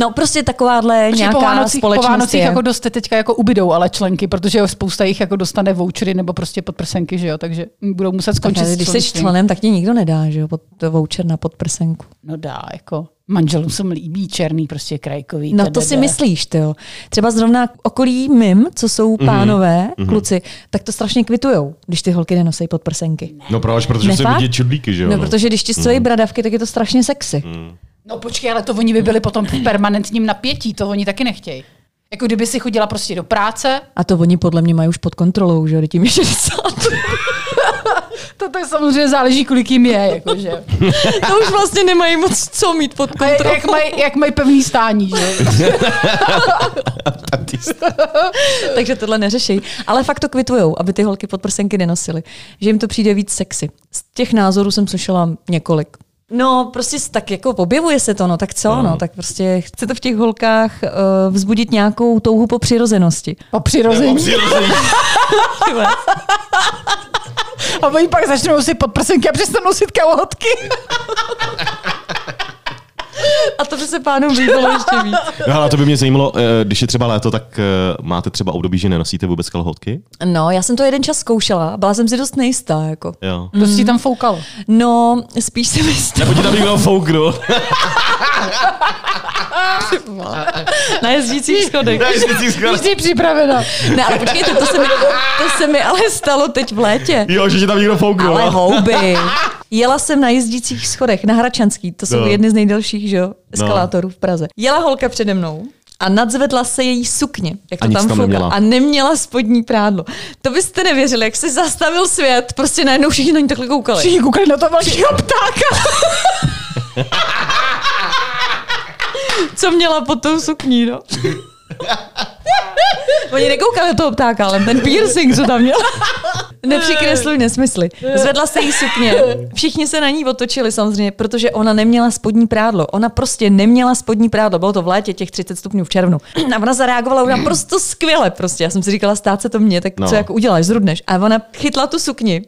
Speaker 4: no prostě takováhle
Speaker 3: Protože
Speaker 4: nějaká
Speaker 3: po Vánocích, po
Speaker 4: společnost
Speaker 3: Vánocích
Speaker 4: je.
Speaker 3: jako dost teďka jako ubydou ale členky, protože spousta jich jako dostane vouchery nebo prostě podprsenky, že jo, takže budou muset
Speaker 4: Tak,
Speaker 3: skončit
Speaker 4: ale
Speaker 3: s
Speaker 4: když jsi
Speaker 3: členstvím.
Speaker 4: členem, tak ti nikdo nedá, že jo, pod to voucher na podprsenku.
Speaker 3: No dá, jako manželům se mi líbí černý, prostě krajkový.
Speaker 4: No to si
Speaker 3: tadada.
Speaker 4: myslíš, ty jo. Třeba zrovna okolí mým, co jsou pánové, mm-hmm. kluci, tak to strašně kvitujou, když ty holky nenosej podprsenky.
Speaker 5: No proč, protože
Speaker 4: Ne
Speaker 5: jsou
Speaker 4: fakt?
Speaker 5: vidět čudlíky, že jo.
Speaker 4: No, protože když ti stojí bradavky, tak je to strašně sexy.
Speaker 3: No počkej, ale to oni by byli potom v permanentním napětí, to oni taky nechtějí. Jako kdyby si chodila prostě do práce.
Speaker 4: A to oni podle mě mají už pod kontrolou, že jo, tím je 60.
Speaker 3: To, to je samozřejmě záleží, kolik jim je, jakože.
Speaker 4: <laughs> to už vlastně nemají moc co mít pod
Speaker 3: A jak,
Speaker 4: kontrolou.
Speaker 3: jak mají jak maj pevný stání, že?
Speaker 4: <laughs> Takže tohle neřešejí. Ale fakt to kvitujou, aby ty holky podprsenky nenosily. Že jim to přijde víc sexy. Z těch názorů jsem slyšela několik. No, prostě s- tak jako objevuje se to, no tak co, no, tak prostě chce to v těch holkách uh, vzbudit nějakou touhu po přirozenosti. <laughs>
Speaker 3: Po přirození. A oni pak začnou nosit podprsenky a přestanou nosit kalhotky.
Speaker 4: A to by se pánům líbilo ještě víc.
Speaker 5: No, <laughs> ale to by mě zajímalo, eh, když je třeba léto, tak eh, máte třeba období, že nenosíte vůbec kalhotky?
Speaker 4: No, já jsem to jeden čas zkoušela, byla jsem si dost nejistá, jako.
Speaker 5: Jo.
Speaker 3: Prostě ti tam foukalo.
Speaker 4: No, spíš si myslím,
Speaker 5: Nebo ti tam někdo fouknul.
Speaker 4: <laughs> na jezdících schodech.
Speaker 3: Už jsi připravena.
Speaker 4: Ne, ale počkejte, to se, mi, to se mi ale stalo teď v létě.
Speaker 5: jo, že ti tam někdo fouknul. <laughs>
Speaker 4: Ale houby. Jela jsem na jezdících schodech na Hračanský, to jsou
Speaker 5: No.
Speaker 4: no. jedny z nejdelších že jo, eskalátorů v Praze. Jela holka přede mnou a nadzvedla se její sukně, jak to
Speaker 5: A nic
Speaker 4: tam,
Speaker 5: tam
Speaker 4: fouká.
Speaker 5: neměla.
Speaker 4: A neměla spodní prádlo. To byste nevěřili, jak se zastavil svět, prostě najednou všichni na ní takhle koukali.
Speaker 3: Všichni koukali na to velkýho ptáka.
Speaker 4: co měla pod tou sukní, no. <laughs> Oni nekoukali na toho ptáka, ale ten piercing, co tam <laughs> měl. Nepřikresluj <laughs> nesmysly. Zvedla se jí sukně. Všichni se na ní otočili samozřejmě, protože ona neměla spodní prádlo. Ona prostě neměla spodní prádlo. Bylo to v létě těch 30 stupňů v červnu. <clears throat> A ona zareagovala naprosto skvěle. Prostě. Já jsem si říkala, stát se to mě, tak
Speaker 5: No.
Speaker 4: co jako uděláš, zrudneš. A ona chytla tu sukni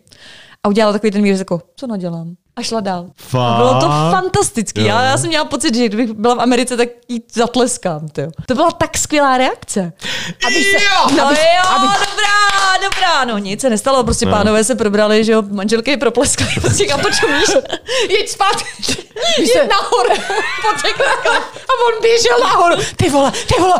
Speaker 4: a udělala takový ten výraz jako, co nadělám? A šla dál. A bylo to
Speaker 5: Fakt?
Speaker 4: fantastický.
Speaker 5: Jo.
Speaker 4: Já, já jsem měla pocit, že kdybych byla v Americe, tak jí zatleskám. Tyjo. To byla tak skvělá reakce.
Speaker 3: Aby se,
Speaker 4: No
Speaker 3: aby,
Speaker 4: jo,
Speaker 3: aby,
Speaker 4: dobrá, dobrá. No nic se nestalo, prostě no. pánové se probrali, že jo, manželky je propleskali. Prostě kam to čumíš? Jeď zpátky,
Speaker 3: Víš
Speaker 4: jeď
Speaker 3: se-
Speaker 4: nahoru, potek
Speaker 3: a on běžel nahoru. Ty vole, ty vole.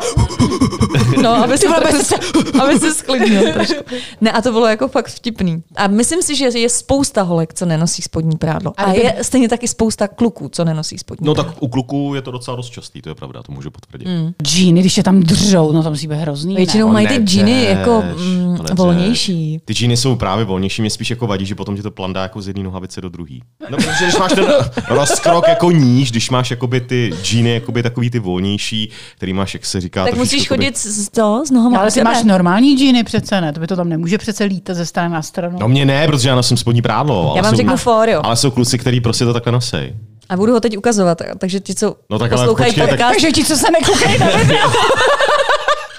Speaker 4: No, aby se,
Speaker 3: vole,
Speaker 4: trochu,
Speaker 3: bez
Speaker 4: se, aby se sklidnil trošku. Ne, a to bylo jako fakt vtipný. A myslím si, že je spousta holek, co nenosí spodní prádlo. A,
Speaker 3: A kdyby-
Speaker 4: je stejně taky spousta kluků, co nenosí spodní
Speaker 5: No
Speaker 4: prádlo.
Speaker 5: tak u kluků je to docela dost častý, to je pravda, to můžu potvrdit.
Speaker 3: Džíny, když je tam držou, no tam si bude hrozný. ne?
Speaker 4: Většinou Mm. mají ty
Speaker 5: Neřeš,
Speaker 4: džíny jako mm,
Speaker 5: to neřeš.
Speaker 4: volnější.
Speaker 5: Ty džíny jsou právě volnější, mě spíš jako vadí, že potom tě to plandá jako z jedné nohavice do druhé. No, protože když máš ten rozkrok jako níž, když máš jakoby ty džíny jakoby takový ty volnější, který máš, jak se říká,
Speaker 4: Tak
Speaker 5: trošičku
Speaker 4: musíš
Speaker 5: jakoby-
Speaker 4: chodit s, to, s nohama.
Speaker 3: No, ale
Speaker 4: u
Speaker 3: ty
Speaker 4: sebe.
Speaker 3: máš normální džíny přece, ne? To by to tam nemůže přece lítat ze strany na stranu.
Speaker 5: No mě ne, protože já nosím spodní prádlo. ale
Speaker 4: vám
Speaker 5: jsou-
Speaker 4: řeknu for, jo.
Speaker 5: Ale jsou kluci, kteří prostě to takhle nosej.
Speaker 4: A budu ho teď ukazovat, takže ti, co
Speaker 5: No tak ale
Speaker 4: poslouchají
Speaker 5: počkej, tak-
Speaker 4: podcast,
Speaker 3: Takže ti, co se nekoukají na video, <laughs>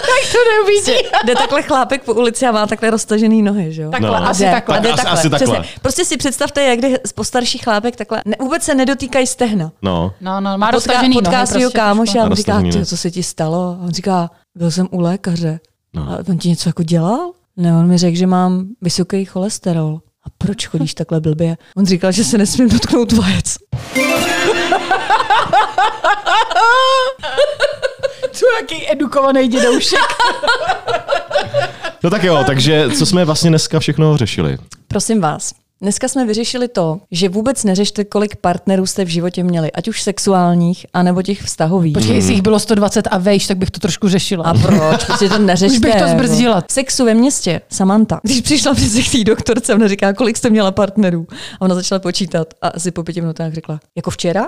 Speaker 3: tak to neuvidí.
Speaker 4: jde takhle chlápek po ulici a má takhle roztažený nohy, že jo?
Speaker 3: Takhle,
Speaker 5: No.
Speaker 3: asi
Speaker 4: Jde.
Speaker 3: takhle.
Speaker 4: A jde
Speaker 5: Tak asi- asi takhle.
Speaker 4: Přesně. Prostě si představte, jak jde postarší chlápek takhle. Ne, vůbec se nedotýkají stehna.
Speaker 5: No.
Speaker 3: No, no, má
Speaker 4: Potká,
Speaker 3: roztažený
Speaker 4: potká
Speaker 3: nohy,
Speaker 4: svého
Speaker 3: prostě.
Speaker 4: kámoše a on říká,
Speaker 5: Roztažený,
Speaker 4: "Ty,
Speaker 5: no.
Speaker 4: co se ti stalo? A on říká, byl jsem u lékaře.
Speaker 5: No.
Speaker 4: A on ti něco jako dělal? Ne, on mi řekl, že mám vysoký cholesterol. A proč chodíš takhle blbě? On říkal, že se nesmím dotknout vajec.
Speaker 3: To je jaký edukovaný dědoušek.
Speaker 5: no tak jo, takže co jsme vlastně dneska všechno řešili?
Speaker 4: Prosím vás, dneska jsme vyřešili to, že vůbec neřešte, kolik partnerů jste v životě měli, ať už sexuálních, anebo těch vztahových.
Speaker 3: Počkej, jestli jich bylo 120 a vejš, tak bych to trošku řešila.
Speaker 4: A proč? Prostě <laughs> to neřešte.
Speaker 3: Už bych to zbrzdila.
Speaker 4: Sexu ve městě. Samantha. Když přišla přece k té doktorce, ona říká, kolik jste měla partnerů. A ona začala počítat a asi po pěti minutách řekla, jako včera?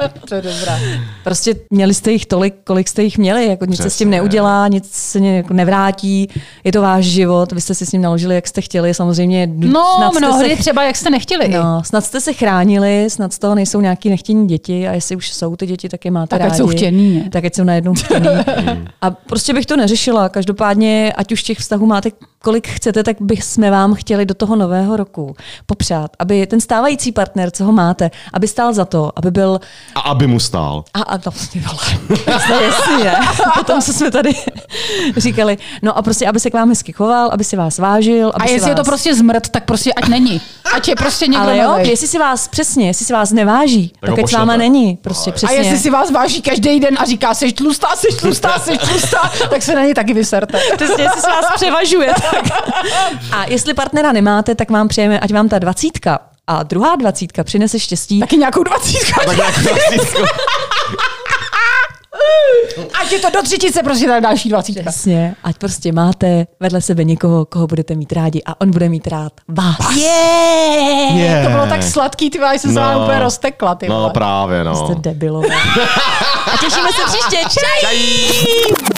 Speaker 3: <laughs> to je dobrá.
Speaker 4: Prostě měli jste jich tolik, kolik jste jich měli, jako nic se s tím
Speaker 5: Přesně.
Speaker 4: neudělá, nic se ně- jako nevrátí, je to váš život, vy jste si s ním naložili, jak jste chtěli, samozřejmě
Speaker 3: No,
Speaker 4: snad jste
Speaker 3: mnohdy
Speaker 4: se
Speaker 3: třeba, jak jste nechtěli. No.
Speaker 4: No, snad jste se chránili, snad z toho nejsou nějaký nechtění děti a jestli už jsou ty děti, tak je máte
Speaker 3: Tak ať
Speaker 4: rádi.
Speaker 3: jsou chtěný, ne?
Speaker 4: Tak ať jsou najednou chtěný.
Speaker 3: <laughs>
Speaker 4: a prostě bych to neřešila. Každopádně, ať už těch vztahů máte kolik chcete, tak bych jsme vám chtěli do toho nového roku popřát, aby ten stávající partner, co ho máte, aby stál za to, aby byl
Speaker 5: A aby mu stál.
Speaker 4: a, a no, ty vole. No, jasně, ne? <laughs> Potom, co jsme tady <laughs> říkali. No a prostě, aby se k vám hezky choval, aby si vás vážil. Aby
Speaker 3: A
Speaker 4: si
Speaker 3: jestli je to
Speaker 4: vás...
Speaker 3: prostě zmrt, tak prostě ať není. Ať je prostě někdo
Speaker 4: Ale jo,
Speaker 3: milej.
Speaker 4: jestli si vás přesně, jestli si vás neváží, tak,
Speaker 5: ho
Speaker 4: tak ať s váma
Speaker 5: pošlete.
Speaker 4: není. Prostě
Speaker 5: No,
Speaker 4: přesně.
Speaker 3: A jestli si vás váží každý den a říká, seš tlustá, seš tlustá, seš tlustá, tak se na ně taky vyserte.
Speaker 4: <laughs> Přesně, jestli si vás převažuje. Tak. A jestli partnera nemáte, tak vám přejeme, ať vám ta dvacítka a druhá dvacítka přinese štěstí.
Speaker 3: Taky nějakou dvacítku.
Speaker 5: Tak jak
Speaker 3: jako
Speaker 5: <laughs>
Speaker 3: Ať je to do třetice, prostě tak další dvacítka.
Speaker 4: Přesně, ať prostě máte vedle sebe někoho, koho budete mít rádi a on bude mít rád vás.
Speaker 3: Yeah.
Speaker 5: Yeah.
Speaker 3: To bylo tak sladký, ty vole, já jsem se vám úplně roztekla. Ty
Speaker 5: No
Speaker 3: vole. Prostě
Speaker 5: právě, no.
Speaker 4: Jste debilové. A těšíme se příště. Čau!